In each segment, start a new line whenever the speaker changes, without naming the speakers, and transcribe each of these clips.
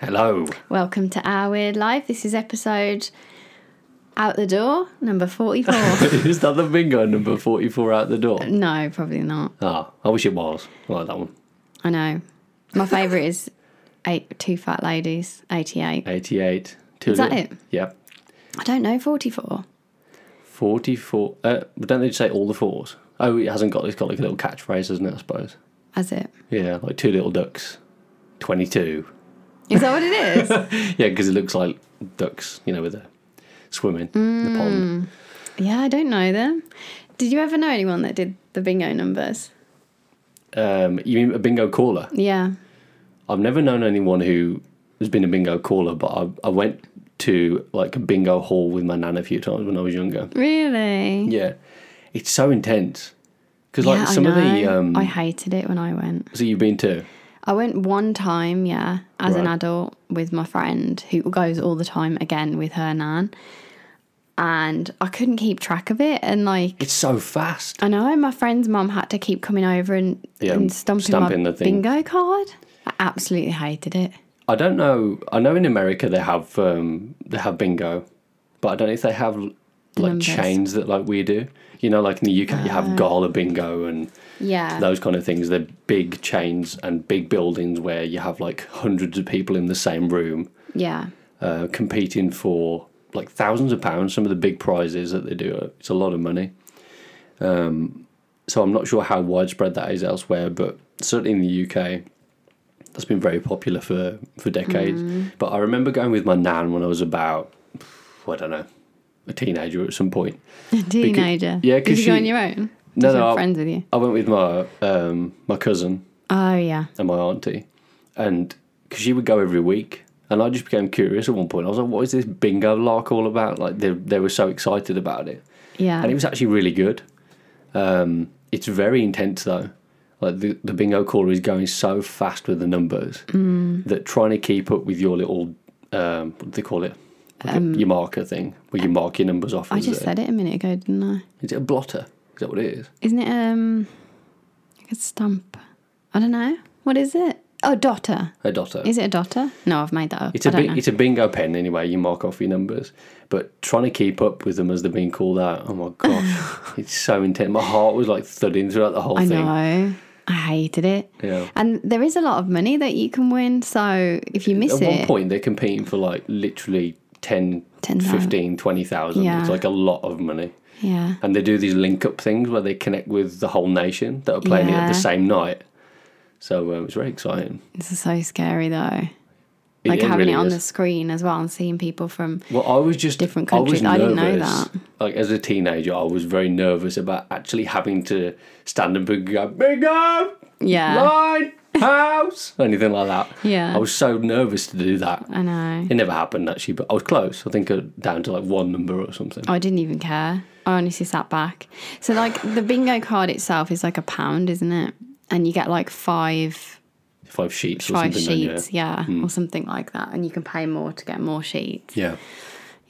Hello.
Welcome to Our Weird Life. This is episode Out the Door, number 44.
is that the bingo number 44 out the door?
no, probably not.
Ah, I wish it was. I like that one.
I know. My favourite is eight, Two Fat Ladies, 88.
88. Too
Is that
little.
it?
Yep.
I don't know, 44.
44. Uh, don't they just say all the fours? Oh, it hasn't got, it's got like a little catchphrase, hasn't it, I suppose?
That's it.
Yeah, like two little ducks. 22.
Is that what it is?
Yeah, because it looks like ducks, you know, with the swimming in the pond.
yeah, I don't know them. Did you ever know anyone that did the bingo numbers? Mm.
Um, you mean a bingo caller?
Yeah.
I've never known anyone who has been a bingo caller, but I, I went to like a bingo hall with my nan a few times when I was younger.
Really?
Yeah, it's so intense because like
yeah, I
some of the
know.
um,
I hated it when I went.
so you've been to
I went one time, yeah, as an
Right.
adult with my friend who goes all the time again with her nan. And I couldn't keep track of it. And like,
it's so fast.
I know my friend's mum had to keep coming over and,
Yeah,
and stomping,
stamping
my
the thing.
bingo card. I absolutely hated it.
I don't know. I know in America they have um, they have bingo, but I don't know if they have like
numbers. Uh,
chains that like we do. You know, like in the UK you have gala bingo and
Yeah.
those kind of things. They're big chains and big buildings where you have like hundreds of people in the same room.
yeah.
uh, competing for like thousands of pounds. Some of the big prizes that they do, it's a lot of money. Um, so I'm not sure how widespread that is elsewhere, but certainly in the UK, that's been very popular for for decades. But I remember going with my nan when I was about, I don't know, a teenager at some point.
Teenager.
yeah,
Did
'cause
you go
she-
on your own? Did
No,
you
no,
have
I-
friends with you?
I went with my um, my cousin
Oh, yeah.
and my auntie, and because she would go every week, and I just became curious at one point. I was like, "What is this bingo lark all about?" Like they they were so excited about it,
Yeah.
and it was actually really good. Um, it's very intense though. Like the, the bingo caller is going so fast with the numbers
Mm.
that trying to keep up with your little um, what do they call it? Like a- your marker thing where you mark your numbers off.
Um, I
is
just
it-
said it a minute ago, didn't I?
Is it a blotter? Is that what it is?
Isn't it um like a stump? I don't know. What is it? Oh, dotter.
A dotter.
Is it a dotter? No, I've made that up.
It's
I
a
don't
bing
know.
it's a bingo pen anyway. You mark off your numbers, but trying to keep up with them as they're being called out. Oh my gosh, it's so intense. My heart was like thudding throughout the whole
I
thing.
know. I hated it.
Yeah.
And there is a lot of money that you can win. So if you miss
At
it,
one point, they're competing for like literally 10,
10,000.
15, 20,000.
Yeah.
It's like a lot of money.
yeah,
And they do these link up things where they connect with the whole nation that are playing it at
Yeah.
the same night. So um, it's very exciting.
this is so scary though.
It-
Like
it
having
really
it on
is.
the screen as well and seeing people from.
Well, I was just
different
I, was
countries. I didn't know
nervous.
that.
Like as a teenager, I was very nervous about actually having to stand up and go bingo,
Yeah.
line, house, or anything like that.
Yeah.
I was so nervous to do that.
I know.
It never happened actually, but I was close. I think uh, down to like one number or something.
Oh, I didn't even care. I honestly sat back. So like the bingo card itself is like a pound, isn't it? And you get like five
Five sheets or
five
something.
sheets, yeah,
Hmm.
or something like that, and you can pay more to get more sheets.
Then, yeah.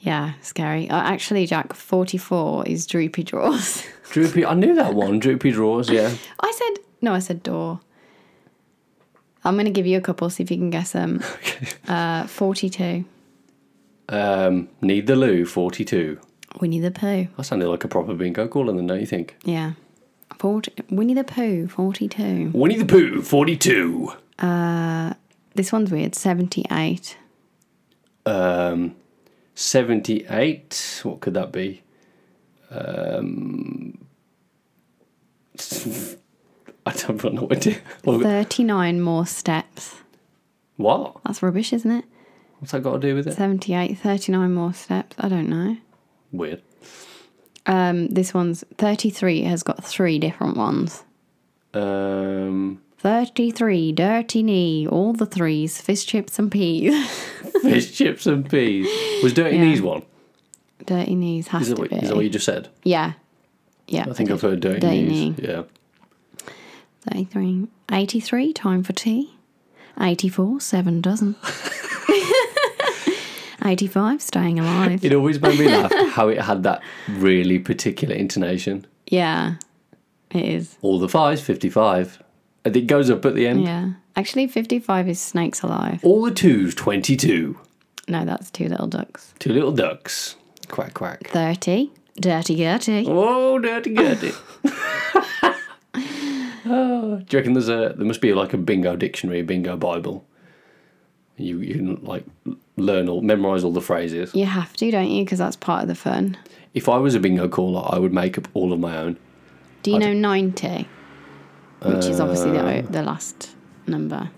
yeah.
Yeah, scary. Uh, actually, Jack, forty-four is droopy drawers.
Droopy. I knew that one. Droopy drawers. Yeah.
I said no. I said door. I'm gonna give you a couple. See if you can guess them. Uh, forty-two.
Um, need the loo. Forty-two.
Winnie the Pooh.
That sounded like a proper bingo caller, then, don't you think?
Yeah. 40, Winnie the Pooh, 42.
Winnie the Pooh. Forty-two.
This one's weird, 78.
um, 78 what could that be um, i don't know what to
39 more steps.
what
That's rubbish, isn't it?
what's that got to do with it
78, 39 more steps. I don't know.
weird
Um, this one's 33 has got three different ones.
um
33, dirty knee, all the threes, fish chips and peas.
fish chips and peas was dirty knees one
dirty knees has
is that,
to
what,
be.
is that what you just said
yeah. Yeah.
i think
did.
i've heard dirty,
Dirty
knees yeah
33. 83, time for tea. 84, seven dozen. 85, staying alive.
it always made me laugh how it had that really particular intonation
Yeah. It is.
all the fives 55 and it goes up at the end.
Yeah. Actually, 55 is Snakes Alive.
All the twos, 22.
No, that's Two Little Ducks.
Two little ducks. Quack, quack.
30. Dirty
Oh.
Gertie.
Whoa, dirty, dirty. oh, do you reckon there's a, there must be like a bingo dictionary, a bingo Bible? You, you can like learn all, memorize all the phrases.
You have to, don't you? Because that's part of the fun.
If I was a bingo caller, I would make up all of my own.
Do you know 90? Which is obviously the, the last number.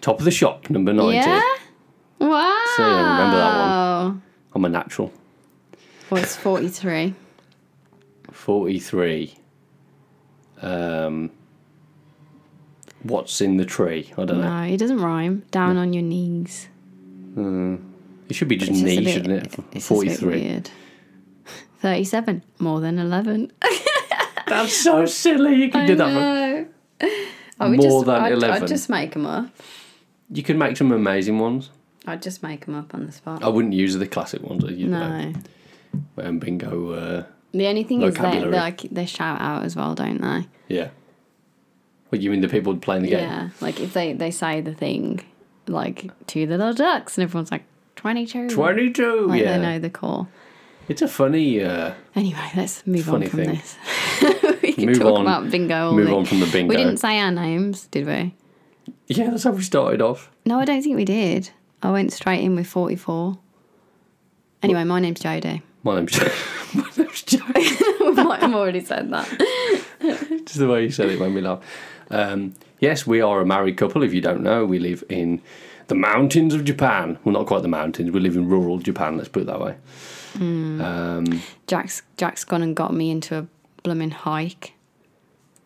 Top of the shop, number 90.
Yeah? Wow.
See, I remember that one. I'm a natural.
Well, it's 43.
43. Um, what's in the tree? I don't know.
no, it doesn't rhyme. Down on your knees.
It should be just
It's just
knee,
a bit-
shouldn't it?
it's just a bit
43.
weird. 37. More than 11.
That's so silly. You can do that. for-
No. I would
More
Oh, just,
than
I'd,
11.
I'd just make them up.
You can make some amazing ones.
I'd just make them up on the spot.
I wouldn't use the classic ones that Oh, you know,
no.
um, bingo. Uh,
The only thing is they, they
Vocabulary.
like they shout out as well, don't they?
yeah. What you mean the people playing the
Yeah.
game?
Like if they they say the thing, like two little ducks, and everyone's like twenty two.
Twenty-two.
Like
yeah,
they know the call.
it's a funny. Uh,
Anyway, let's move
Funny
on from
thing.
this. we can
Move
talk
on.
about bingo. All
Move
day.
on from the bingo.
We didn't say our names, did we?
yeah, that's how we started off.
No, I don't think we did. I went straight in with forty four. Anyway, my name's Jodie.
My name's my name's Jack.
I might have already said that.
Just the way you said it made me laugh. Um, yes, we are a married couple. If you don't know, we live in the mountains of Japan. Well, not quite the mountains. We live in rural Japan. Let's put it that way. Um,
Jack's Jack's gone and got me into a blooming hike.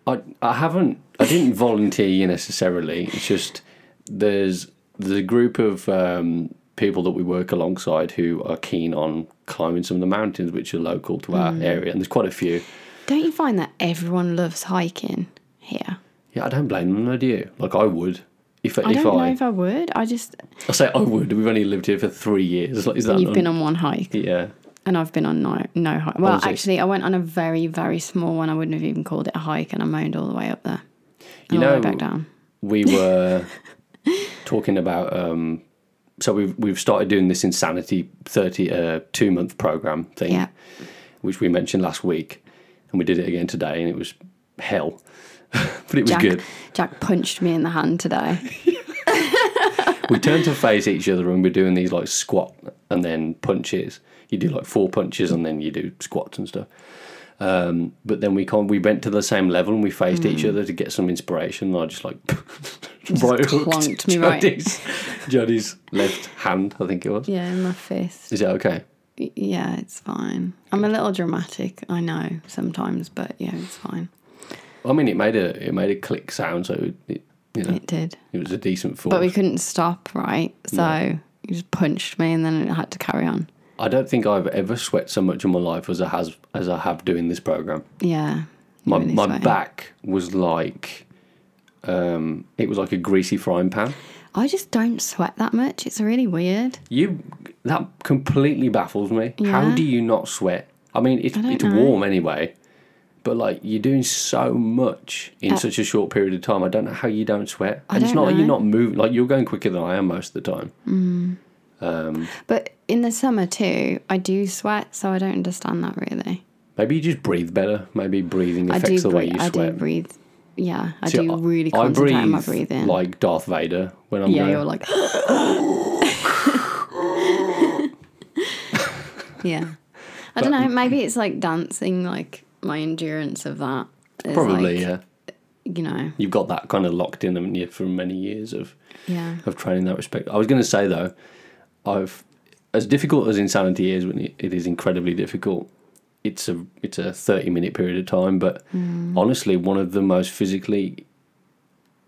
I I haven't. I didn't volunteer you necessarily. It's just there's there's a group of um, people that we work alongside who are keen on climbing some of the mountains which are local to our
Mm.
area, and there's quite a few.
Don't you find that everyone loves hiking here?
Yeah, I don't blame them. No, do you? Like I would. If,
I
if
don't
I,
know if I would. I just
I say I would. We've only lived here for three years. Like, is that
you've
un-
been on one hike,
Yeah.
and I've been on no no hike. Well,
was it?
actually, I went on a very very small one. I wouldn't have even called it a hike, and I moaned all the way up there. and
You
all the
know-
way back down.
We were talking about um so we've we've started doing this insanity 30 uh, 2 month program thing
Yeah.
which we mentioned last week and we did it again today and it was hell. but it was
Jack,
good.
Jack punched me in the hand today.
We turned to face each other and we're doing these like squat and then punches. You do like four punches and then you do squats and stuff. Um, but then we can we went to the same level and we faced
Mm.
each other to get some inspiration. And I just like right hooked
clonked me right.
Jodie's- Jodie's left hand, I think it was.
Yeah, in my fist.
Is that okay?
Y- Yeah, it's fine. I'm a little dramatic, I know sometimes, but yeah, it's fine.
I mean, it made a it made a click sound, so it, it you know
It did,
it was a decent force.
but we couldn't stop, right? So you just punched me, and then I had to carry on.
I don't think I've ever sweat so much in my life as I has as I have doing this program.
Yeah, you
My
really
my
sweated.
back was like, um, it was like a greasy frying pan.
I just don't sweat that much. It's really weird.
You that completely baffles me. How
Yeah.
do you not sweat? I mean, it's
don't
it's
know.
warm anyway, but like you're doing so much in such a short period of time. I don't know how you don't sweat. And it's
don't
not that you're
know.
not moving. Like you're going quicker than I am most of the time.
But in the summer too, I do sweat, so I don't understand that really.
Maybe you just breathe better. Maybe breathing
I
affects
do
the way
breathe.
you
I
sweat.
do breathe. Yeah, I
See,
do
I-
really
I
concentrate on my
breathe
breathing.
Like Darth Vader when I'm
yeah,
going.
you're like. yeah, I don't know. Maybe it's like dancing. Like my endurance of that. Is
Probably,
like,
yeah.
You know.
You've got that kind of locked in, haven't you, from many years of,
Yeah.
of training in that respect. I was going to say, though, I've as difficult as insanity is, when it- it is incredibly difficult, it's a, it's a 30 minute period of time, but
Mm.
honestly, one of the most physically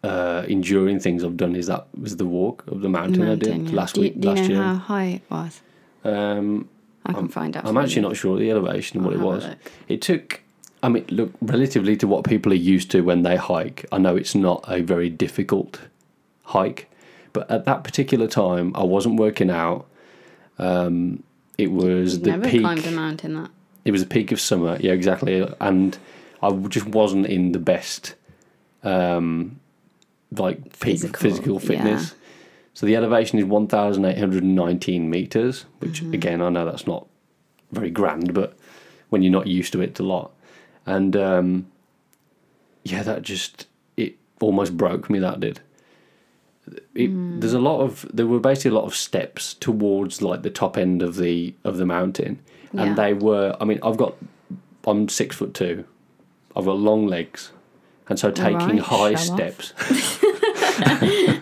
uh, enduring things I've done is that was the walk of the mountain, I
Mountain,
did
yeah.
last
do you,
week,
do you
last
know
year.
how high it was?
Um,
I can find out.
I'm
for
actually
you.
not sure of the elevation and what it
have a
was.
look.
It took. I mean, look, relatively to what people are used to when they hike, I know it's not a very difficult hike, but at that particular time, I wasn't working out. Um, it was the
Never
peak.
climbed a mountain that.
It was the peak of summer. Yeah, exactly. And I w- just wasn't in the best um, like peak
Physical,
physical, fitness. So the elevation is 1,819 meters, which
Mm-hmm.
again, I know that's not very grand, but when you're not used to it, it's a lot. And um, yeah, that just, it almost broke me, that did. It,
Hmm.
There's a lot of there were basically a lot of steps towards like the top end of the of the mountain,
Yeah.
and they were. I mean, I've got I'm six foot two, I've got long legs, and so taking
Right,
high
show off.
steps,
I'm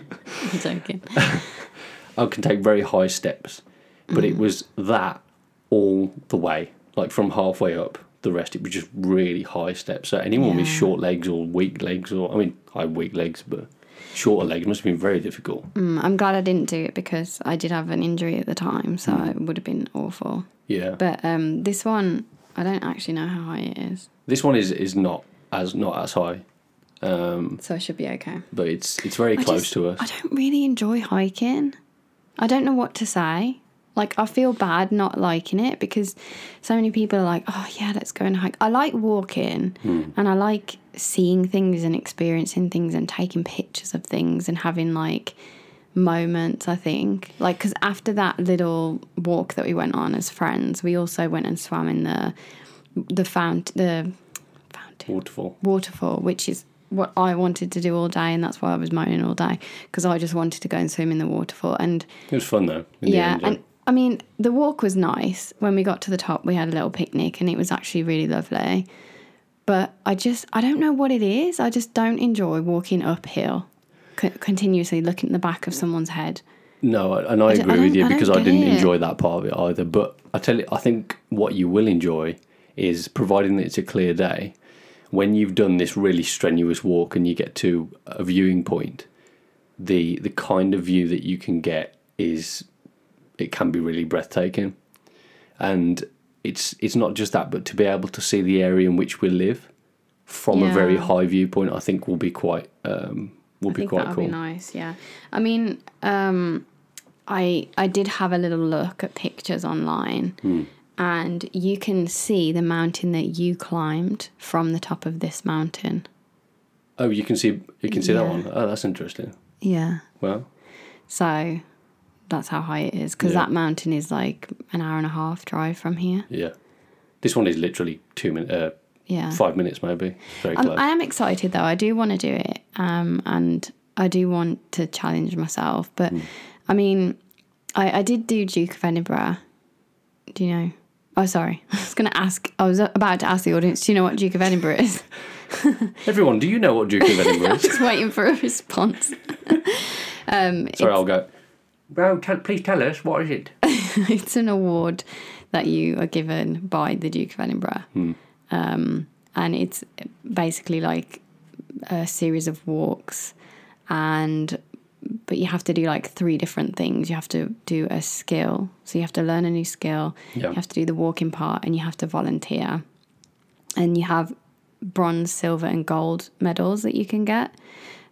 joking.
I can take very high steps, but
Mm.
it was that all the way, like from halfway up. The rest, it was just really high steps. So anyone with
Yeah.
short legs or weak legs, or I mean, I have weak legs, but shorter legs must have been very difficult.
Mm, I'm glad I didn't do it because I did have an injury at the time, so it would have been awful.
Yeah,
But um, this one, I don't actually know how high it is,
this one is is not as not as high, um,
so I should be okay.
but it's it's very
I
close
just-
to us.
I don't really enjoy hiking. I don't know what to say. Like I feel bad not liking it because so many people are like, "Oh yeah, let's go and hike." I like walking
Hmm.
and I like seeing things and experiencing things and taking pictures of things and having like moments, I think. Like cuz after that little walk that we went on as friends, we also went and swam in the the fount the fountain
Waterfall.
waterfall, which is what I wanted to do all day, and that's why I was moaning all day because I just wanted to go and swim in the waterfall. And
It was fun though. In
yeah,
the end,
and I mean, the walk was nice. When we got to the top, we had a little picnic, and it was actually really lovely. But I just, I don't know what it is. I just don't enjoy walking uphill co- continuously, looking at the back of someone's head.
No, I- and I,
d- I
agree with
don't-
you
I don't
because I,
get
didn't
it.
enjoy that part of it either. But I tell you, I think what you will enjoy is providing that it's a clear day. When you've done this really strenuous walk and you get to a viewing point, the the kind of view that you can get is it can be really breathtaking, and it's it's not just that, but to be able to see the area in which we live from a very
Yeah.
high viewpoint, I think will be quite um, will
I
be
think
quite
that would
cool.
be nice. Yeah, I mean, um, I I did have a little look at pictures online,
Hmm.
and you can see the mountain that you climbed from the top of this mountain.
Oh, you can see you can see that
Yeah.
one. Oh, that's interesting.
Yeah.
Well,
So that's how high it is because
Yeah.
that mountain is like an hour and a half drive from here.
yeah. This one is literally two minutes, uh,
Yeah.
five minutes maybe. Very
I'm,
close.
I am excited though. I do want to do it, um, and I do want to challenge myself. But I mean, I, I did do Duke of Edinburgh. Do you know? Oh, sorry. I was going to ask. I was about to ask the audience. Do you know what Duke of Edinburgh is?
Everyone, do you know what Duke of Edinburgh is?
Just waiting for a response. um,
Sorry, I'll go. Well, tell, please tell us what is it.
it's an award that you are given by the Duke of Edinburgh. Um, and it's basically like a series of walks and but you have to do like three different things. You have to do a skill. So you have to learn a new skill.
Yeah.
You have to do the walking part and you have to volunteer. And you have bronze, silver and gold medals that you can get.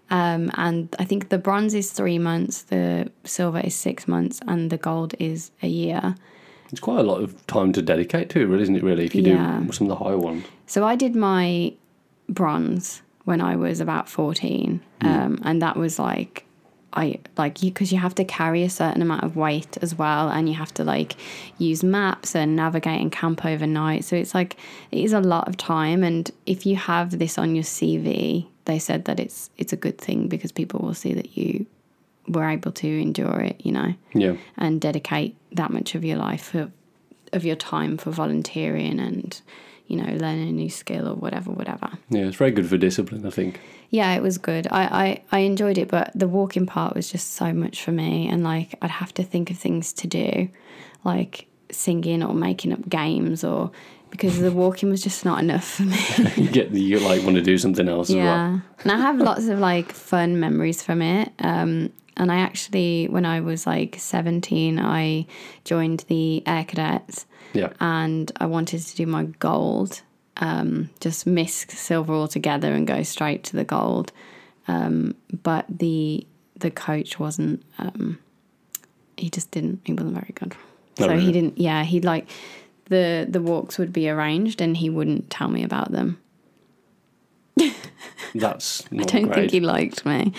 Um, and I think the bronze is three months, the silver is six months, and the gold is a year.
It's quite a lot of time to dedicate to, really, isn't it? Really, if you
Yeah.
do some of the high ones.
So I did my bronze when I was about 14. Um, and that was like, I like you because you have to carry a certain amount of weight as well, and you have to like use maps and navigate and camp overnight. So it's like it is a lot of time, and if you have this on your CV, they said that it's it's a good thing because people will see that you were able to endure it, you know
Yeah,
and dedicate that much of your life for, of your time for volunteering and you know learning a new skill or whatever whatever
yeah. It's very good for discipline, I think.
yeah it was good I, I i enjoyed it but the walking part was just so much for me and like i'd have to think of things to do like singing or making up games or because the walking was just not enough for me
You get you like want to do something else as well.
yeah. And I have lots of like fun memories from it. Um, and I actually, when I was like 17, I joined the Air Cadets
Yeah,
and I wanted to do my gold, um, just miss silver altogether and go straight to the gold. Um, but the the coach wasn't. Um, he just didn't. He wasn't very good.
Oh,
So
really?
he didn't. Yeah, he like the the walks would be arranged and he wouldn't tell me about them.
That's not
I don't
great.
think he liked me.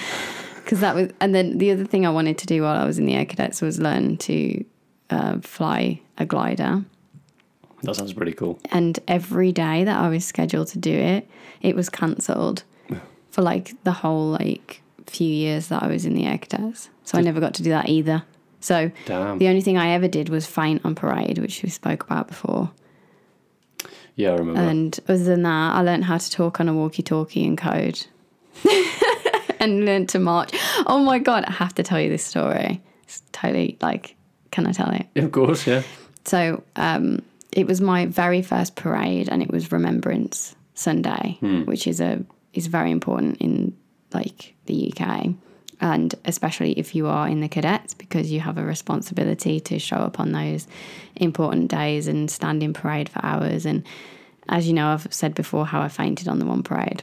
Because that was, and then the other thing I wanted to do while I was in the Air Cadets was learn to uh, fly a glider.
that sounds pretty cool.
And every day that I was scheduled to do it, it was cancelled for like the whole like few years that I was in the Air Cadets. So I never got to do that either. So
Damn.
the only thing I ever did was faint on parade, which we spoke about before.
Yeah, I remember.
And other than that, I learned how to talk on a walkie talkie and code and learned to march. Oh my God, I have to tell you this story. It's totally like, can I tell it?
Yeah, of course, yeah.
So um, it was my very first parade, and it was Remembrance Sunday, which is a is very important in like the UK, and especially if you are in the cadets, because you have a responsibility to show up on those important days and stand in parade for hours. And as you know, I've said before how I fainted on the one parade.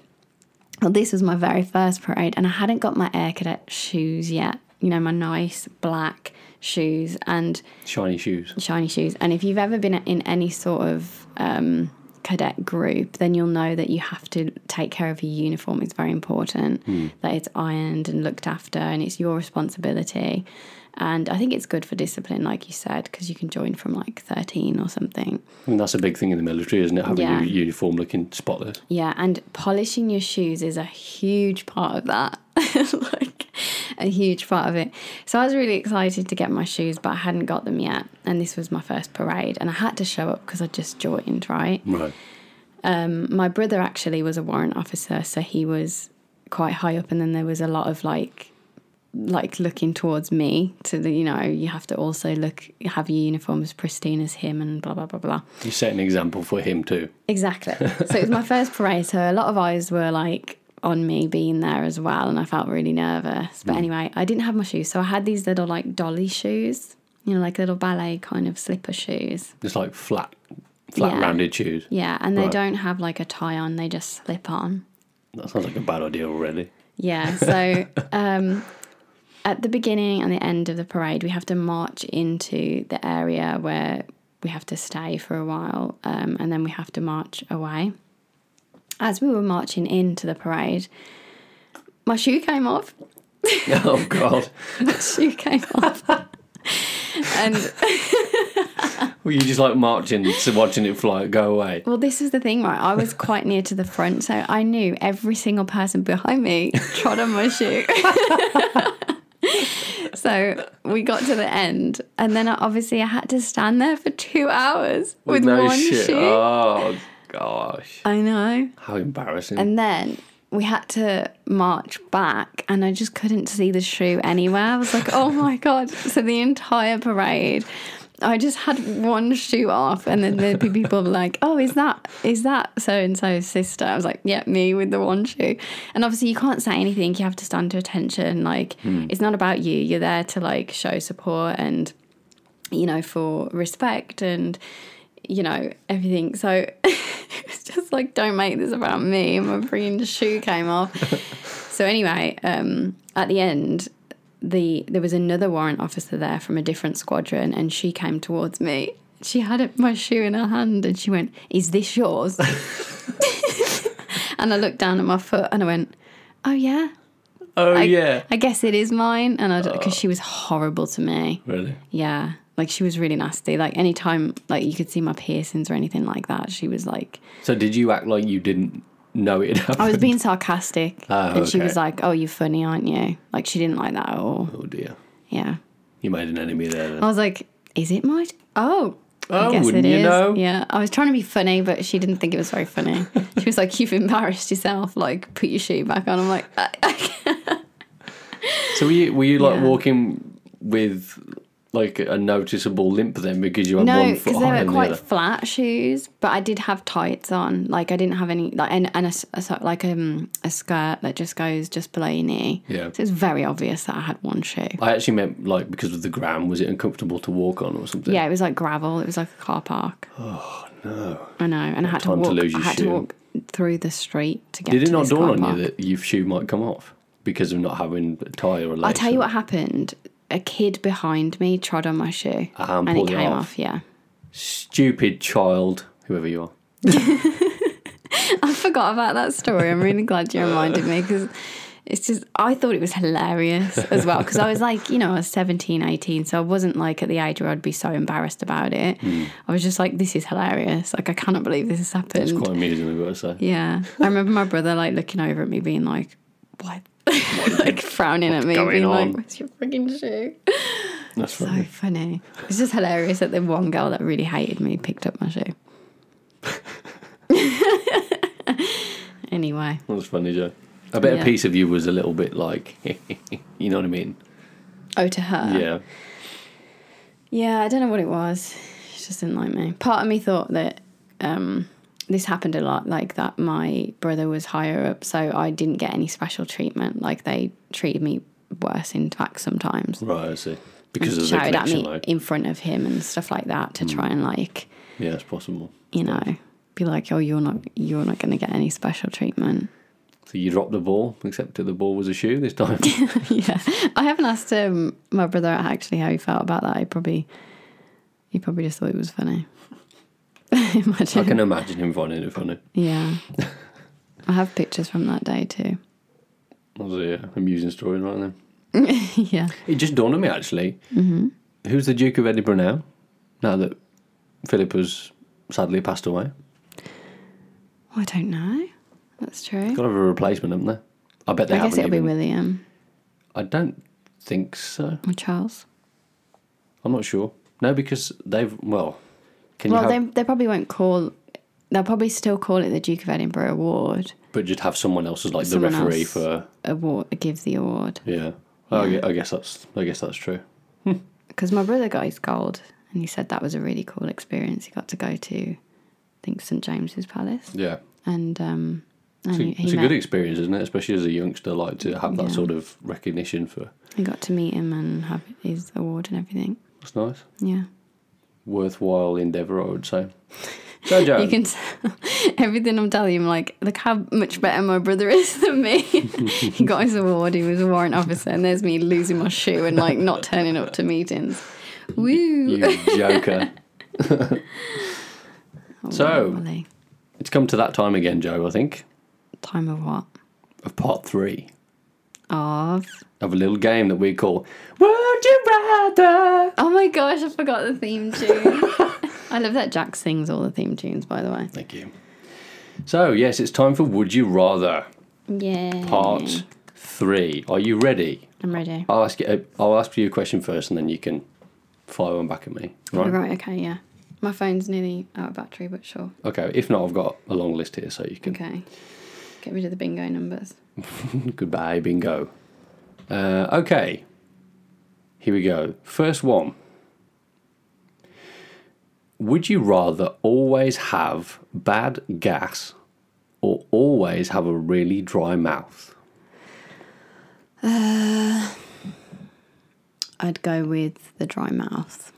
Well, this was my very first parade, and I hadn't got my air cadet shoes yet. You know, my nice black shoes, and
Shiny shoes.
shiny shoes. And if you've ever been in any sort of um, cadet group, then you'll know that you have to take care of your uniform. It's very important that it's ironed and looked after, and it's your responsibility. And I think it's good for discipline, like you said, because you can join from like 13 or something.
I mean, that's a big thing in the military, isn't it? Having
Yeah.
your uniform looking spotless.
Yeah, and polishing your shoes is a huge part of that. like a huge part of it. So I was really excited to get my shoes, but I hadn't got them yet. And this was my first parade, and I had to show up because I just joined, right?
Right.
my brother actually was a warrant officer, so he was quite high up, and then there was a lot of like, like looking towards me to the, you know, you have to also look, have your uniform as pristine as him, and blah blah blah blah.
You set an example for him too.
Exactly. So it was my first parade, so a lot of eyes were like on me being there as well, and I felt really nervous. But anyway, I didn't have my shoes, so I had these little like dolly shoes, you know, like little ballet kind of slipper shoes.
It's like flat, flat
Yeah.
rounded shoes.
Yeah, and they
Right.
don't have like a tie on; they just slip on.
That sounds like a bad idea already.
Yeah. So um, at the beginning and the end of the parade, we have to march into the area where we have to stay for a while um, and then we have to march away. As we were marching into the parade, my shoe came off.
oh God!
Shoe came off. and
Were you just like marching, to watching it fly, go away?
Well, this is the thing, right? I was quite near to the front, so I knew every single person behind me trod on my shoe. so we got to the end, and then I, obviously I had to stand there for two hours with, one shoe.
Oh gosh!
I know.
How embarrassing!
And then we had to march back, and I just couldn't see the shoe anywhere. I was like, oh my God. So the entire parade. I just had one shoe off, and then there'd be people like, "Oh, is that is that so and so's sister?" I was like, "Yeah, me with the one shoe." And obviously, you can't say anything; you have to stand to attention. Like, it's not about you. You're there to like show support and you know, for respect and, you know, everything. So it's just like, don't make this about me. My freaking shoe came off. so anyway, um, at the end, the there was another warrant officer there from a different squadron, and she came towards me. She had it, my shoe in her hand, and she went, "Is this yours?" and I looked down at my foot, and I went, "Oh yeah,
oh
I,
yeah!
I guess it is mine." And I because she was horrible to me.
Really?
Yeah. Like she was really nasty. Like anytime like you could see my piercings or anything like that, she was like
So did you act like you didn't know it had happened?
I was being sarcastic.
Oh,
and she
okay.
was like, Oh, you're funny, aren't you? Like she didn't like that at all.
oh dear!
Yeah.
You made an enemy there. Then.
I was like, Is it my oh
Oh,
I guess it
wouldn't
is.
you know?
Yeah. I was trying to be funny, but she didn't think it was very funny. she was like, You've embarrassed yourself, like put your shoe back on. I'm like,
So were you, were you like
Yeah.
walking with like a noticeable limp then because you had
No,
one foot
because they
higher
were
than
quite
the other?
flat shoes, but I did have tights on. Like I didn't have any like and, and a, s- a sort- like um a skirt that just goes just below your knee.
Yeah.
So it's very obvious that I had one shoe.
I actually meant like because of the ground, was it uncomfortable to walk on or something?
Yeah, it was like gravel. It was like a car park. Oh no. I know, and I had to
time to
walk.
lose
I
your
had
shoe.
to walk through the street to get.
Did it
to
not
this
dawn
car
on
park.
you that your shoe might come off because of not having a tie or a lace?
I'll tell you what happened. A kid behind me trod on my shoe,
Ah, and
and it
pulled it
came
off.
off. Yeah.
Stupid child, whoever you are.
I forgot about that story. I'm really glad you reminded me because it's just, I thought it was hilarious as well because I was like, you know, I was 17, 18, so I wasn't like at the age where I'd be so embarrassed about it.
Hmm.
I was just like, this is hilarious. Like, I cannot believe this has happened.
It's quite amusing, I've got to say.
Yeah. I remember my brother like looking over at me being like, What? like frowning at me,
going
being
on?
like, Where's your freaking shoe?
That's
So
funny.
funny. It's just hilarious that the one girl that really hated me picked up my shoe. anyway.
That's funny, Joe. I bet
Yeah.
a piece of you was a little bit like, you know what I mean?
Oh to her.
yeah.
Yeah, I don't know what it was. She just didn't like me. Part of me thought that um, this happened a lot, like that my brother was higher up, so I didn't get any special treatment. Like they treated me worse, in fact, sometimes.
Right, I see.
And
Because of the
shouted at
connection, Hmm.
me
though.
in front of him and stuff like that to try and like
Yeah, it's possible.
you know be like, oh, you're not you're not going to get any special treatment.
So you dropped the ball, except that the ball was a shoe this time.
yeah, I haven't asked um, my brother actually how he felt about that. He probably he probably just thought it was funny. Imagine.
I can imagine him finding it funny.
Yeah. I have pictures from that day too.
That was a uh, amusing story right then.
yeah.
It just dawned on me, actually. Mm-hmm. Who's the Duke of Edinburgh now? Now that Philip has sadly passed away.
Mm-hmm. Oh, I don't know. That's true.
Got to have a replacement, haven't they? I bet they
I guess
haven't
it'll be
even-
William
I don't think so.
or Charles.
I'm not sure. No, because they've well. Can
Well,
you have,
they, they probably won't call, they'll probably still call it the Duke of Edinburgh Award.
but just have someone else as like the
Someone
referee
else.
for
Award, give the award.
yeah. Oh, I gue- I guess that's I guess that's true.
Because my brother got his gold and he said that was a really cool experience. He got to go to, I think, St. James's Palace.
Yeah,
And, um, and
it's, a,
he,
it's
he,
a good
met,
experience, isn't it? Especially as a youngster, like to have that
Yeah.
sort of recognition for.
he got to meet him and have his award and everything.
That's nice,
Yeah.
worthwhile endeavour, I would say. So, Joe,
You can tell everything I'm telling you. I'm like, look how much better my brother is than me. he got his award. He was a warrant officer, and there's me losing my shoe and like not turning up to meetings. Woo!
you joker.
Oh,
So-
Molly.
it's come to that time again, Joe. I think
time of what?
of part three
Of
of a little game that we call "Would You Rather."
oh my gosh, I forgot the theme tune. I love that Jack sings all the theme tunes. By the way,
Thank you. So, yes, it's time for "Would You Rather."
yeah.
part three. Are you ready?
I'm ready.
I'll ask you. uh, I'll ask you a question first, and then you can fire one back at me.
Right.
Right?
Okay. Yeah. My phone's nearly out of battery, but sure.
Okay. If not, I've got a long list here, so you can.
Okay. Get rid of the bingo numbers.
Goodbye, bingo. Uh, okay. Here we go. First one. Would you rather always have bad gas, or always have a really dry mouth?
I'd go with the dry mouth.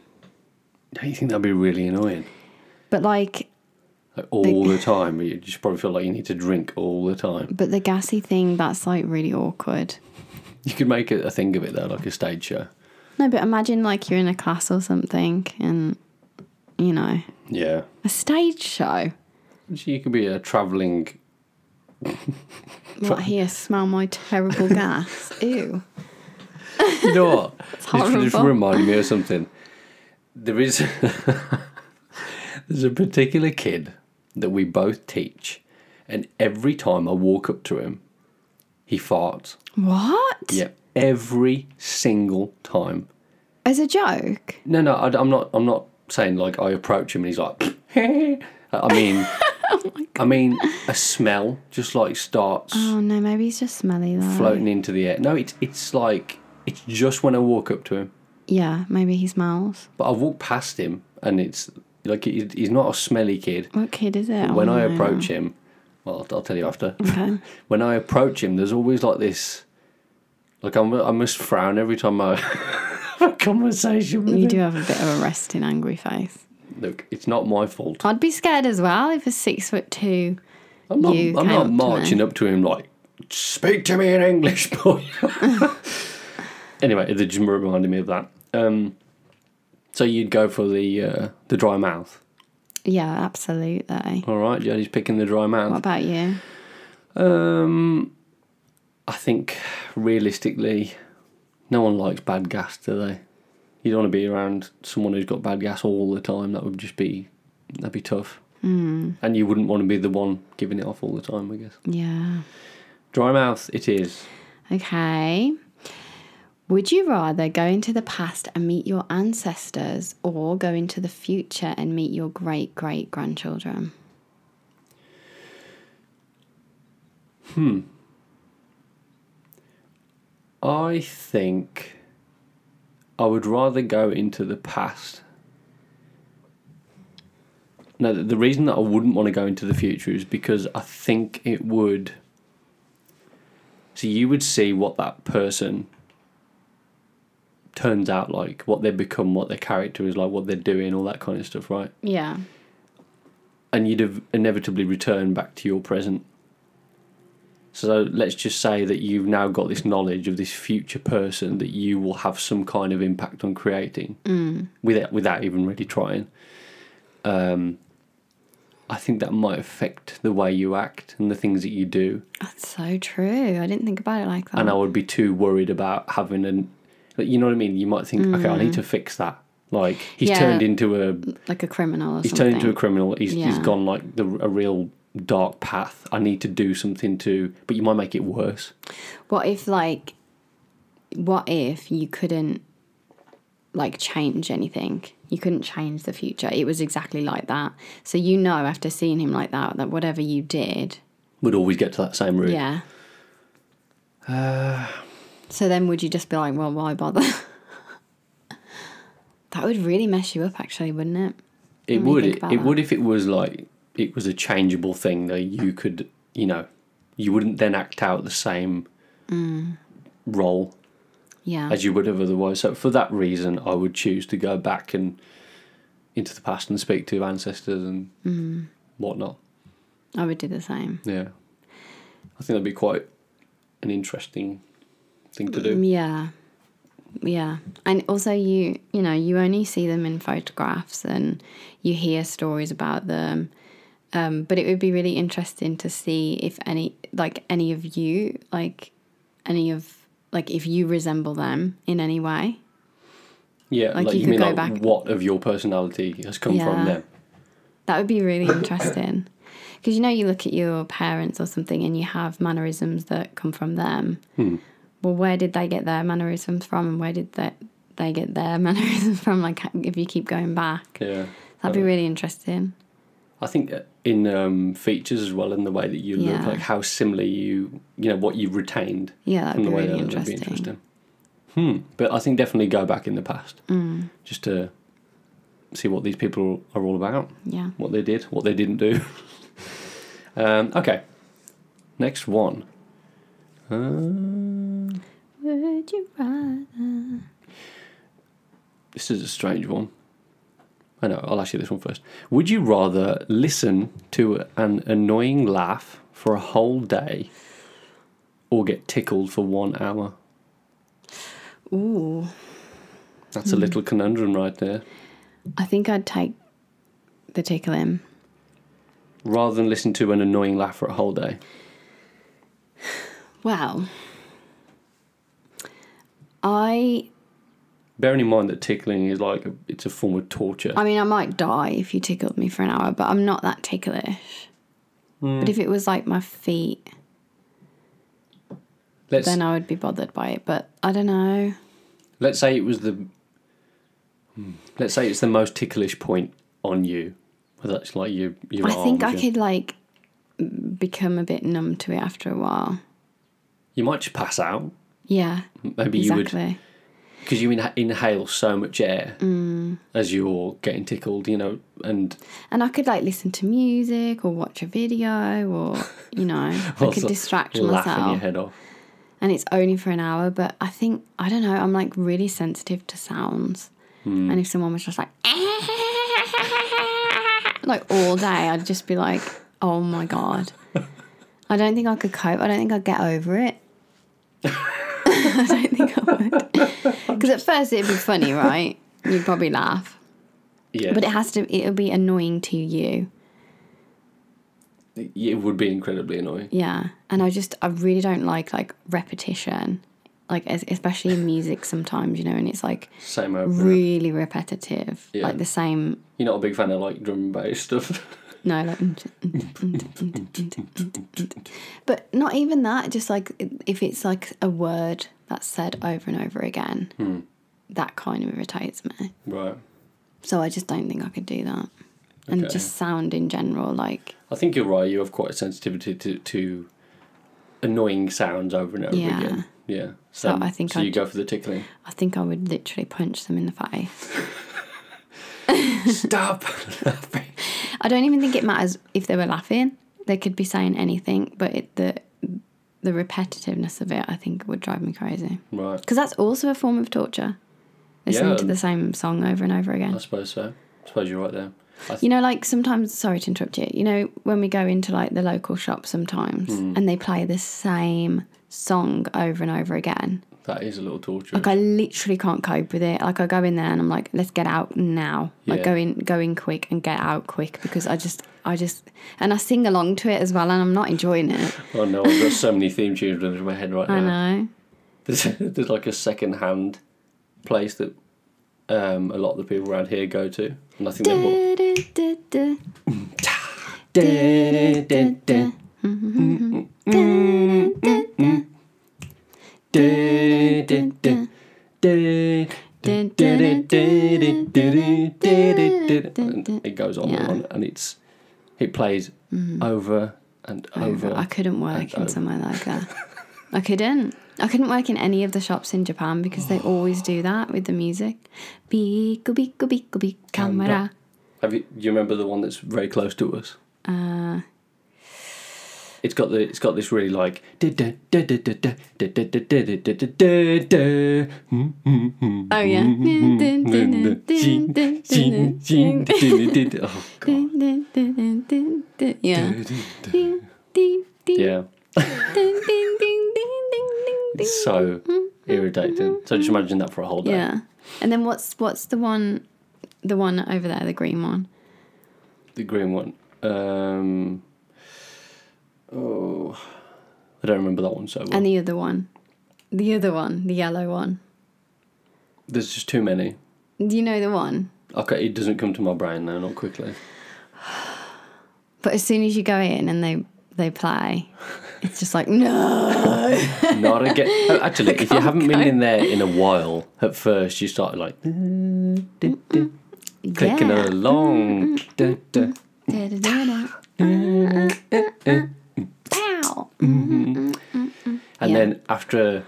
Don't you think that'd be really annoying?
But like,
Like all the time, you just probably feel like you need to drink all the time.
but the gassy thing that's like really awkward.
You could make a, a thing of it though, like a stage show.
No, but imagine like you're in a class or something, and you know,
Yeah.
a stage show.
So you could be a travelling.
What here? Smell my terrible gas. Ew.
You know what? it's This,
horrible.
reminded me of something. There is. there's a particular kid that we both teach, and every time I walk up to him, he farts.
What?
Yeah. Every single time.
As a joke.
No, no, I, am not. I'm not saying like I approach him and he's like. I mean. I mean, a smell just like starts.
Oh no, maybe he's just smelly though.
floating into the air. No, it's it's like it's just when I walk up to him.
Yeah, maybe he smells.
But I walk past him, and it's like he- he's not a smelly kid.
What kid is it?
when
Oh,
I
no.
approach him, well, I'll, I'll tell you after.
Okay.
when I approach him, there's always like this. Like I'm, I must frown every time I have a conversation with
You
him.
do have a bit of a resting angry face.
Look, it's not my fault.
I'd be scared as well if a six foot two.
I'm not,
You
I'm
came up
not
to me.
marching up to him like, speak to me in English, boy. anyway, it just reminded me of that. Um, so you'd go for the uh, the dry mouth.
Yeah, absolutely.
All right, Jodie's picking the dry
What
mouth.
about you?
Um, I think realistically, no one likes bad gas, do they? You don't want to be around someone who's got bad gas all the time. That would just be that'd be tough. Mm. And you wouldn't want to be the one giving it off all the time, I guess.
Yeah.
Dry mouth, it is.
Okay. Would you rather go into the past and meet your ancestors or go into the future and meet your great great grandchildren?
I think I would rather go into the past. No, the- the reason that I wouldn't want to go into the future is because I think it would. So you would see what that person turns out like, what they become, what their character is like, what they're doing, all that kind of stuff, right?
Yeah.
and you'd have inevitably returned back to your present. So let's just say that you've now got this knowledge of this future person that you will have some kind of impact on creating without without even really trying. Um, I think that might affect the way you act and the things that you do.
That's so true. I didn't think about it like that.
And I would be too worried about having an, like, you know what I mean. You might think, okay, I need to fix that. Like he's
Yeah.
turned into a
Like a criminal or
he's
something.
turned into a criminal. He's, he's
Yeah.
gone like the, a real dark path. I need to do something to, but you might make it worse.
What if like what if you couldn't like change anything? You couldn't change the future. It was exactly like that. So you know after seeing him like that that whatever you did,
Would always get to that same route.
yeah. so then would you just be like, well, why bother? that would really mess you up actually, wouldn't it?
it
Let me
would.
think
It,
about
it
that.
would if it was like it was a changeable thing that you could, you know, you wouldn't then act out the same
Mm.
role
Yeah.
as you would have otherwise. So for that reason, I would choose to go back and into the past and speak to ancestors and
Mm.
whatnot.
I would do the same.
Yeah, I think that'd be quite an interesting thing to do.
Yeah. Yeah. And also you you know, you only see them in photographs and you hear stories about them. Um, but it would be really interesting to see if any like any of you like any of like if you resemble them in any way.
Yeah,
Like,
like,
you
you
could
mean
go
like
back-
what of your personality has come
Yeah.
from them?
That would be really interesting. Because you know, you look at your parents or something and you have mannerisms that come from them.
Hmm.
Well, where did they get their mannerisms from and where did they, they get their mannerisms from? Like, if you keep going back,
Yeah, Um,
that'd
Oh.
be really interesting.
I think in um, features as well, in the way that you
Yeah.
look, like how similar you, you know, what you've retained
Yeah, that'd
from
be
the way
really
that would be
interesting.
interesting. Hmm. But I think definitely go back in the past
Mm.
just to see what these people are all about,
Yeah.
what they did, what they didn't do. um, okay, next one. Uh,
Would you rather?
This is a strange one. I know, I'll ask you this one first. Would you rather listen to an annoying laugh for a whole day or get tickled for one hour?
Ooh,
That's a
Hmm.
little conundrum right there.
I think I'd take the tickling.
Rather than listen to an annoying laugh for a whole day.
Well, I
Bearing in mind that tickling is like, a, it's a form of torture.
I mean, I might die if you tickled me for an hour, but I'm not that ticklish.
Hmm.
But if it was like my feet,
Let's,
then I would be bothered by it. But I don't know.
let's say it was the, Hmm. let's say it's the most ticklish point on you. Whether that's like your, your
I think
arms,
I
your-
could like become a bit numb to it after a while.
You might just pass out.
Yeah,
Maybe you would
exactly.
because you inha- inhale so much air
Mm.
as you're getting tickled, you know, and
And I could like listen to music or watch a video or, you know, I could
also
distract
laughing your
myself.
head off.
And it's only for an hour, but I think, I don't know, I'm like really sensitive to sounds.
Hmm.
And if someone was just like, "Eh," like all day, I'd just be like, oh my God. I don't think I could cope. I don't think I'd get over it. I don't think I would. Because at first it'd be funny, right? You'd probably laugh.
yeah,
But it has to. It'll be annoying to you.
it, it would be incredibly annoying.
Yeah. And I just, I really don't like like repetition, like es- especially in music sometimes, you know, and it's like
Same over. and over.
really repetitive,
Yeah.
like the same.
You're not a big fan of like drum and bass stuff.
No, like, mm, but not even that. Just like if it's like a word that's said over and over again,
Hmm.
that kind of irritates me.
right.
So I just don't think I could do that. And
Okay.
just sound in general, like
I think you're right. You have quite a sensitivity to, to annoying sounds over and over
Yeah.
again. Yeah.
So I think
so
I'd-
you go for the tickling.
I think I would literally punch them in the face.
Stop. laughing.
I don't even think it matters if they were laughing. They could be saying anything, but it, the the repetitiveness of it, I think, would drive me crazy.
right.
Because that's also a form of torture. Listening to
Yeah.
the same song over and over
I
again.
suppose so. I suppose you're right there. I th-
You know, like sometimes. Sorry to interrupt you. You know, when we go into like the local shop sometimes, and they play the same song over and over again.
that is a little torture.
Like I literally can't cope with it. Like I go in there and I'm like, let's get out now. Like
Yeah.
go in, go in quick and get out quick because I just, I just, and I sing along to it as well, and I'm not enjoying it.
Oh no, I've got so many theme tunes running through my head right
I
now.
know.
There's, there's like a second hand place that um, a lot of the people around here go to. And I think they're all
Du-du-du-du.
Du-du-du-du.
Mm-hmm.
Du-du-du-du. Du-du-du-du-du-du-du-du-du. It goes on
Yeah. Mm.
and on and it's it plays over and over.
Over. I couldn't work
and
in
over.
somewhere like that. I couldn't. I couldn't work in any of the shops in Japan because they always do that with the music. Biku biku biku biku camera.
Have you do you remember the one that's very close to us?
Uh,
It's got the it's got this really like oh
oh yeah.
Mm-hmm. hmm, Oh, God.
yeah.
yeah it's so irritating so just imagine that for a whole day
Yeah. And then what's what's the one the one over there, the green one?
the green one um oh I don't remember that one so well
And the other one. The other one, the yellow one.
there's just too many
Do you know the one?
okay it doesn't come to my brain now not quickly
But as soon as you go in and they they play, it's just like no.
Not again. Oh, Actually, if you
can't
haven't been
go.
in there in a while, at first you start like clicking
yeah.
along. Da, da.
Da-da-da-da. Pow.
And
Yeah.
then after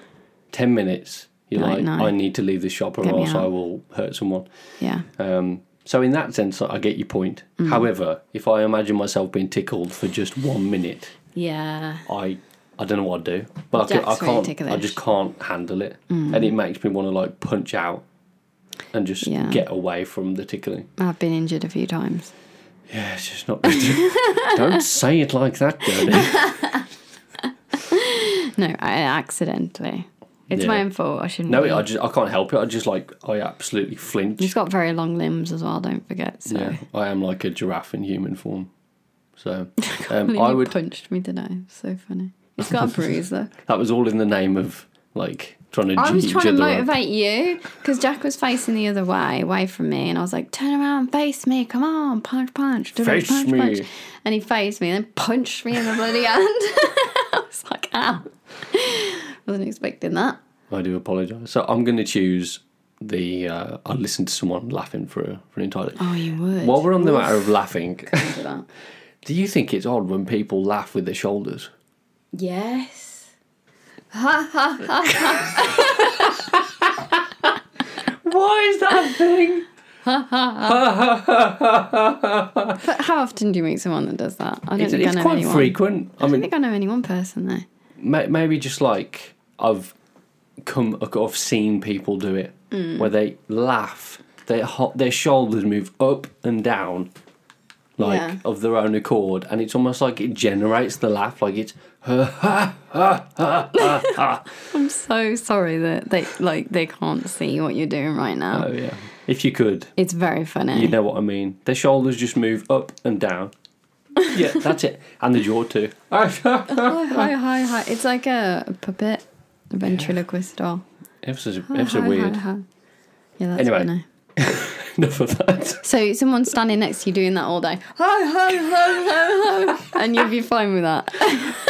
10 minutes, you're
You're
like,
like, "No.
I need to leave this shop or
Get me
else I
out."
will hurt someone.
Yeah.
Um, so, in that sense, I get your point.
Mm.
However, if I imagine myself being tickled for just one minute,
Yeah.
I. I don't know what I'd do, but I, c- I
Jack's really
can't. I
ticklish. Mm.
just can't handle it, and it makes me want to like punch out and just
Yeah.
get away from the tickling.
I've been injured a few times.
Yeah, it's just not. don't say it like that, Jodie.
No, I accidentally. It's
Yeah.
my own fault. I shouldn't.
No,
be.
I just I can't help it. I just like I absolutely flinch.
He's got very long limbs as well. Don't forget. So
yeah, I am like a giraffe in human form. So um,
Well,
I
you
would.
punched me today. So funny. It's got a bruise look.
That was all in the name of like trying to.
I was
G each
trying to
other up.
motivate you because Jack was facing the other way, away from me, and I was like, "Turn around, face me, come on, punch, punch, da-da,
Face
punch,
me."
punch." And he faced me and then punched me in the bloody hand. I was like, "Ow!" Wasn't expecting that.
I do apologise. So I'm going to choose the. Uh, I listened to someone laughing for for an entire.
Oh, you would.
While we're on the matter of laughing,
Look at that.
do you think it's odd when people laugh with their shoulders?
Yes.
Why is that a thing?
But how often do you meet someone that does that? I don't
It's,
think
it's
I know
quite
anyone.
frequent. I
I don't
mean,
think I know any one person though.
Ma- maybe just like I've come, I've seen people do it
Mm.
where they laugh, their ho- their shoulders move up and down, like
Yeah.
of their own accord, and it's almost like it generates the laugh. Like it's
I'm so sorry that they like they can't see what you're doing right now.
oh yeah. If you could,
It's very funny.
you know what I mean. Their shoulders just move up and down. Yeah, that's it, and the jaw too. Oh,
hi, hi, hi, hi. It's like a, puppet, a ventriloquist doll.
Ever so,
Hi,
ever so
hi, hi,
weird.
hi. Yeah, that's
Anyway.
funny.
Enough of that.
So someone's standing next to you doing that all day. Hi, hi, hi, hi, hi. and you'll be fine with that.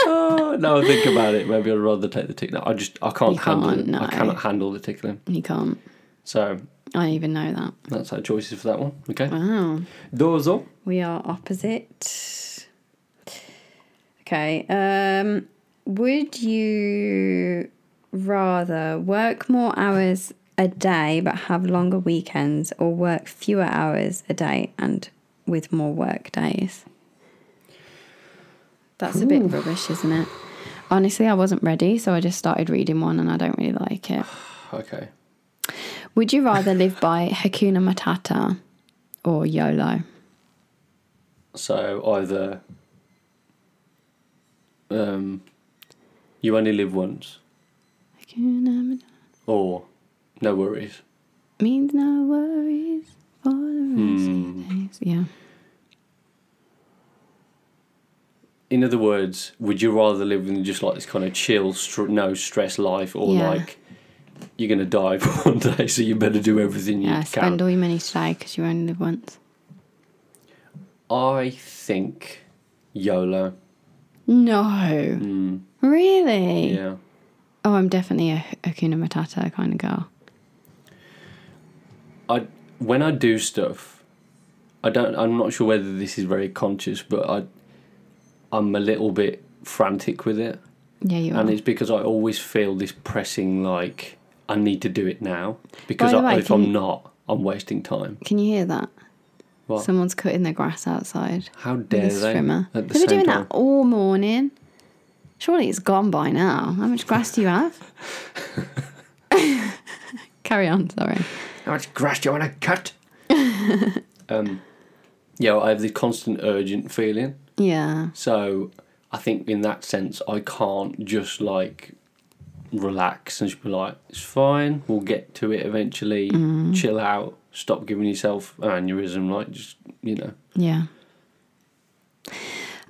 Oh, now I think about it, maybe I'd rather take the tickling. I just I can't
You
handle
can't,
it.
no.
I cannot handle the tickling.
You can't.
So
I even know that.
that's our choices for that one. Okay.
Wow.
Dozo.
We are opposite. Okay. Um, would you rather work more hours a day but have longer weekends, or work fewer hours a day and with more work days? That's a bit rubbish, isn't it? Honestly, I wasn't ready, so I just started reading one, and I don't really like it.
Okay.
Would you rather live by Hakuna Matata or YOLO?
So either um, you only live once,
Hakuna Matata.
or no worries.
means no worries for the rest
Hmm.
of the days. Yeah.
In other words, would you rather live in just like this kind of chill, str- no stress life, or
Yeah.
like you're gonna die for one day, so you better do everything you
Yeah,
can?
spend all your money today because you only live once.
I think YOLO.
No. Really?
Hmm. Yeah.
Oh, I'm definitely a Hakuna Matata kind of girl.
I when I do stuff, I don't. I'm not sure whether this is very conscious, but I, I'm a little bit frantic with it.
Yeah, you
and
are.
it's because I always feel this pressing like I need to do it now because
By
I,
the way,
if
can
I'm
you-
not, I'm wasting time.
Can you hear that?
What?
Someone's cutting the grass outside.
How
with
dare
a
they?
strimmer.
At the
They've been
same
doing
time,
that all morning. Surely it's gone by now. How much grass do you have? Carry on, sorry.
how much Oh, grass do you want to cut? um, yeah, I have this constant urgent feeling.
Yeah.
So I think in that sense, I can't just like relax and just be like, it's fine, we'll get to it eventually.
Mm-hmm.
Chill out, stop giving yourself an aneurysm. Like, just you know,
Yeah.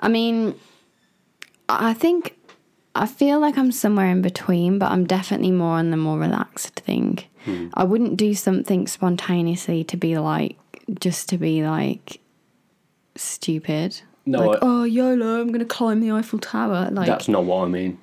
I mean, I think I feel like I'm somewhere in between, but I'm definitely more on the more relaxed thing. I wouldn't do something spontaneously to be like, just to be like stupid.
No,
like,
I-
oh, YOLO, I'm going to climb the Eiffel Tower. Like,
that's not what I mean.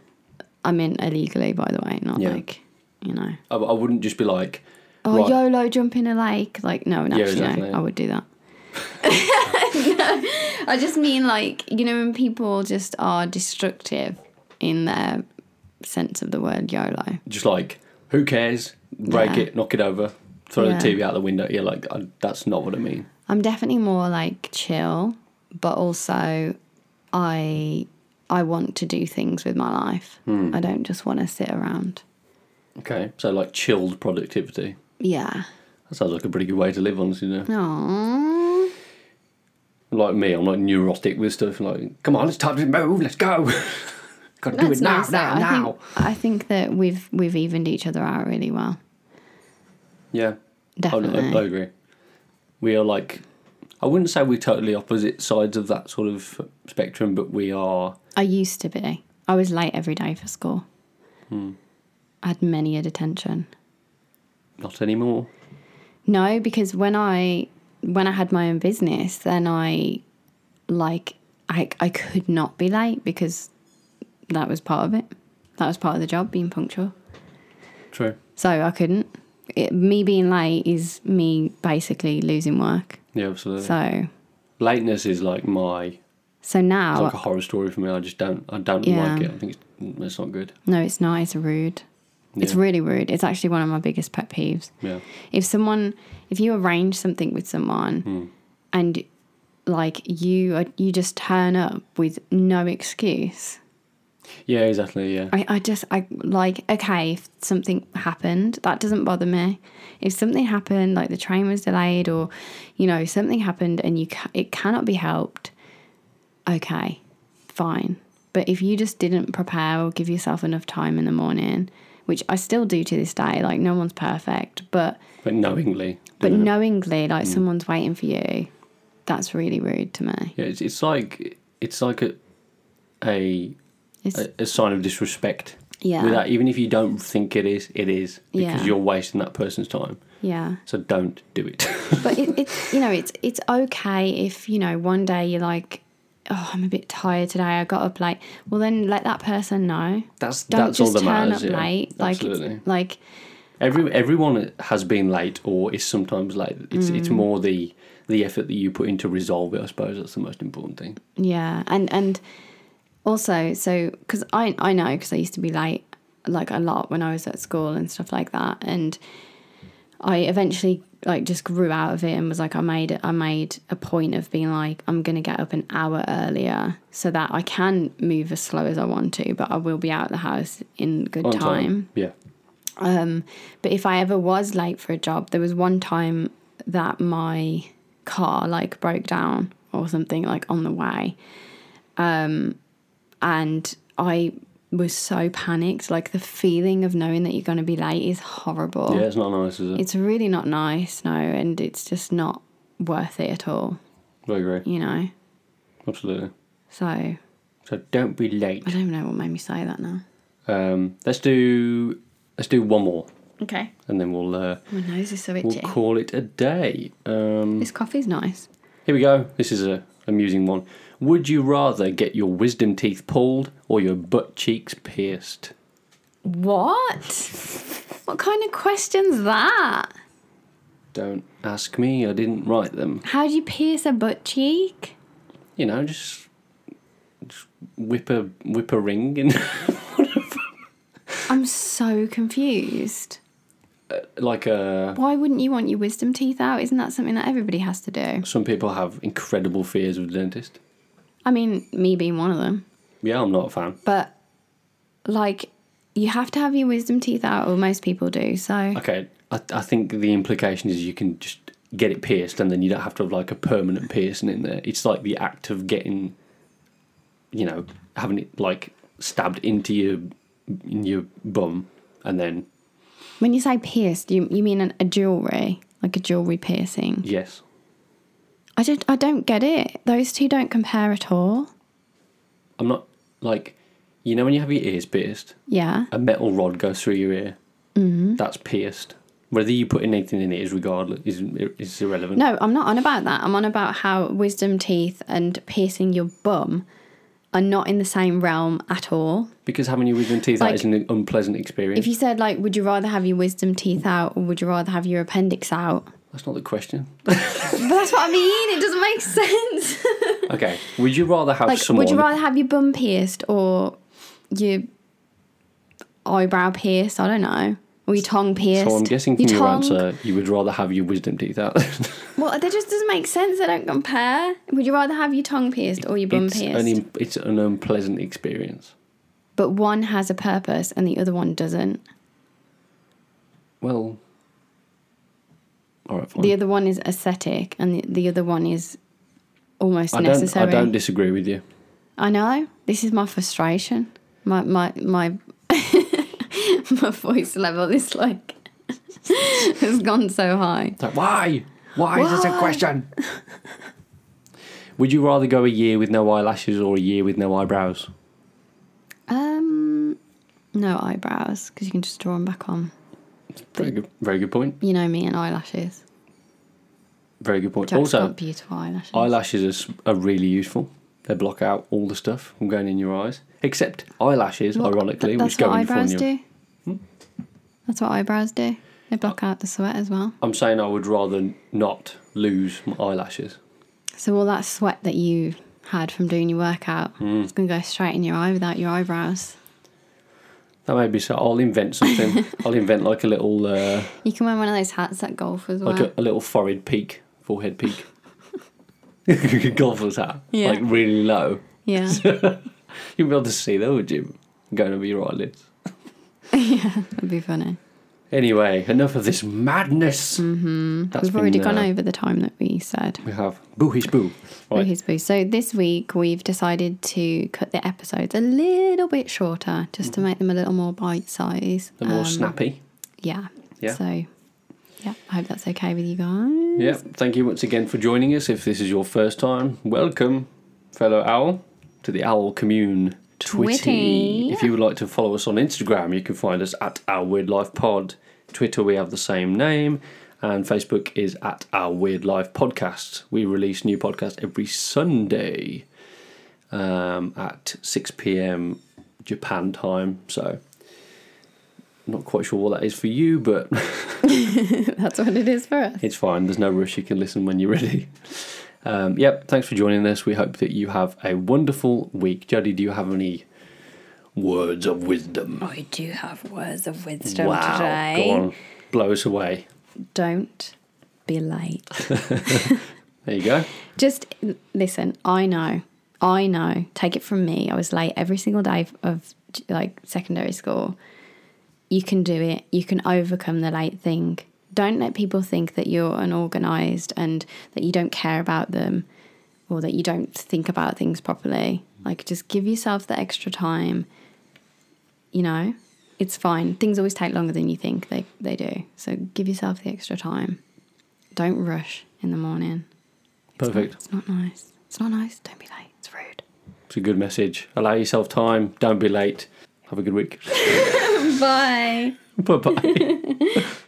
I meant illegally, by the way, not
Yeah.
like, you know,
I, I wouldn't just be like,
oh,
right,
YOLO, jump in a lake. Like, no, actually,
exactly.
no, I would do that. I just mean like you know when people just are destructive in their sense of the word YOLO.
just like who cares break
Yeah.
it knock it over throw
Yeah.
the tv out the window yeah like I, that's not what i mean
I'm definitely more like chill, but also I I want to do things with my life.
Hmm.
I don't just want to sit around.
okay so like chilled productivity
Yeah.
that sounds like a pretty good way to live honestly you know
Aww.
like me i'm like neurotic with stuff like come on let's time to move let's go gotta do it now
nice, though.
now
I
now
think, I think that we've we've evened each other out really well.
yeah I, I, I
Definitely.
agree we are like i wouldn't say we're totally opposite sides of that sort of spectrum but we are
I used to be. I was late every day for school.
Hmm.
I had many a detention.
not anymore
No, because when I when I had my own business, then I like I I could not be late because that was part of it. That was part of the job being punctual.
true
So I couldn't. It, me being late is me basically losing work.
yeah absolutely
So
lateness is like my
so
It's
now
like a horror story for me. I just don't. I don't
Yeah.
like it. I think it's, it's not good.
no, it's not. It's rude. It's
Yeah.
really rude. It's actually one of my biggest pet peeves.
Yeah.
if someone if you arrange something with someone and like you you just turn up with no excuse
Yeah, exactly. Yeah.
I, I just I like okay if something happened that doesn't bother me if something happened like the train was delayed or you know something happened and you ca- it cannot be helped okay fine but if you just didn't prepare or give yourself enough time in the morning which I still do to this day like no one's perfect but
But knowingly.
but
doing it.
knowingly like someone's waiting for you that's really rude to me
Yeah, it's, it's like it's like a a,
it's,
a, a sign of disrespect.
Yeah.
Uh, Without, even if you don't think it is, it is because
Yeah.
you're wasting that person's time.
yeah
So don't do it.
but it, it's you know it's it's okay if you know one day you're like oh i'm a bit tired today i got up late well then let that person know
that's
don't
that's all
just
that
turn
matters.
up
yeah.
late like
Absolutely.
it's, like
Every everyone has been late or is sometimes late. It's
Mm.
it's more the the effort that you put in to resolve it. I suppose that's the most important thing.
yeah and and also so because i i know because i used to be late like a lot when i was at school and stuff like that and i eventually like just grew out of it and was like i made i made a point of being like i'm gonna get up an hour earlier so that i can move as slow as i want to but i will be out of the house in good
On
time.
Yeah.
But if I ever was late for a job, there was one time that my car like broke down or something like on the way. Um and I was so panicked. Like the feeling of knowing that you're gonna be late is horrible.
Yeah, it's not nice, is it?
It's really not nice, no, and it's just not worth it at all,
I agree.
you know?
Absolutely.
So I
So don't be late.
don't even know what made me say that now.
Um, let's do let's do one more,
Okay.
and then we'll uh,
My nose is so
we'll
itchy.
call it a day. Um,
This coffee's nice.
here we go. This is a amusing one. Would you rather get your wisdom teeth pulled or your butt cheeks pierced?
What? what kind of question's that?
Don't ask me. I didn't write them.
How do you pierce a butt cheek?
You know, just, just whip a whip a ring and
I'm so confused.
like uh, a.
Why wouldn't you want your wisdom teeth out? Isn't that something that everybody has to do?
Some people have incredible fears of the dentist.
I mean, me being one of them,
Yeah, I'm not a fan.
but like, you have to have your wisdom teeth out, or most people do. So,
Okay, I, I think the implication is you can just get it pierced and then you don't have to have like a permanent piercing in there. It's like the act of getting, you know, having it like stabbed into your in your bum and then
when you say pierced, you you mean an, a jewelry, like a jewelry piercing?
yes,
I don't I don't get it. Those two don't compare at all.
I'm not like, you know, when you have your ears pierced,
Yeah.
a metal rod goes through your ear. Mm-hmm. That's pierced. Whether you put anything in it is regardless is is irrelevant.
No, I'm not on about that. I'm on about how wisdom teeth and piercing your bum are not in the same realm at all.
Because having your wisdom teeth out
Like-
is an unpleasant experience.
If you said like, would you rather have your wisdom teeth out or would you rather have your appendix out?
That's not the question.
But that's what I mean. It doesn't make sense.
Okay. Would you rather have
like,
someone?
would you rather have your bum pierced or your eyebrow pierced? I don't know. Or your tongue pierced.
So I'm guessing from your,
tongue.
answer, you would rather have your wisdom teeth out.
Well, that just doesn't make sense. They don't compare. Would you rather have your tongue pierced or your bum
it's,
pierced?
an, im- it's an unpleasant experience.
but one has a purpose and the other one doesn't.
Well, all right, fine.
The other one is aesthetic and the, the other one is almost
I don't.
necessary.
I don't disagree with you.
I know. This is my frustration. My my my my voice level is like has gone so high.
It's like, why? Why, is this a question? would you rather go a year with no eyelashes or a year with no eyebrows?
Um no eyebrows because you can just draw them back on.
Very good. Very good point.
You know me and eyelashes.
Very good point.
Jack's
Also,
got beautiful eyelashes.
eyelashes are, s- are really useful. They block out all the stuff from going in your eyes, except eyelashes,
What-
ironically,
th- that's
which go
what
in front
eyebrows
of you.
do.
Hmm?
That's what eyebrows do. They block out the sweat as well.
I'm saying I would rather not lose my eyelashes.
So all that sweat that you had from doing your workout,
Hmm.
it's gonna go straight in your eye without your eyebrows.
That may be so. I'll invent something. I'll invent like a little, uh,
You can wear one of those hats at golf as well.
like a, a little forehead peak, forehead peak. Golfer's hat,
Yeah.
like really low.
Yeah.
You'd be able to see that, would you? Going over your eyelids.
yeah, that'd be funny.
Anyway, enough of this madness. Mm-hmm.
We've already gone over the time that we said.
We have boo hish boo. Right.
Boohoo's Boo. So this week we've decided to cut the episodes a little bit shorter just to make them a little more bite size. Um,
The Mm-hmm. more snappy.
Yeah.
Yeah.
So, yeah, I hope that's okay with you guys.
Yeah. Thank you once again for joining us. If this is your first time, welcome, fellow owl, to the Owl Commune. Twitty.
Twitty.
If you would like to follow us on Instagram, you can find us at Our Weird Life Pod. Twitter, we have the same name. And Facebook is at Our Weird Life Podcast. We release new podcasts every Sunday um, at 6 p.m. Japan time. So, not quite sure what that is for you, but
That's what it is for us.
it's fine. There's no rush. You can listen when you're ready. Um, yep. Thanks for joining us. We hope that you have a wonderful week. Jodie, do you have any words of wisdom?
I do have words of wisdom
Go on. Blow us away.
Don't be late.
There you go.
Just l- listen. I know. I know. Take it from me. I was late every single day of, of like secondary school. You can do it. You can overcome the late thing. Don't let people think that you're unorganized and that you don't care about them or that you don't think about things properly. Like just give yourself the extra time. You know, it's fine. Things always take longer than you think they, they do. So give yourself the extra time. Don't rush in the morning.
Perfect.
It's not nice. It's not nice. Don't be late. It's rude.
It's a good message. Allow yourself time. Don't be late. Have a good week.
Bye.
bye bye.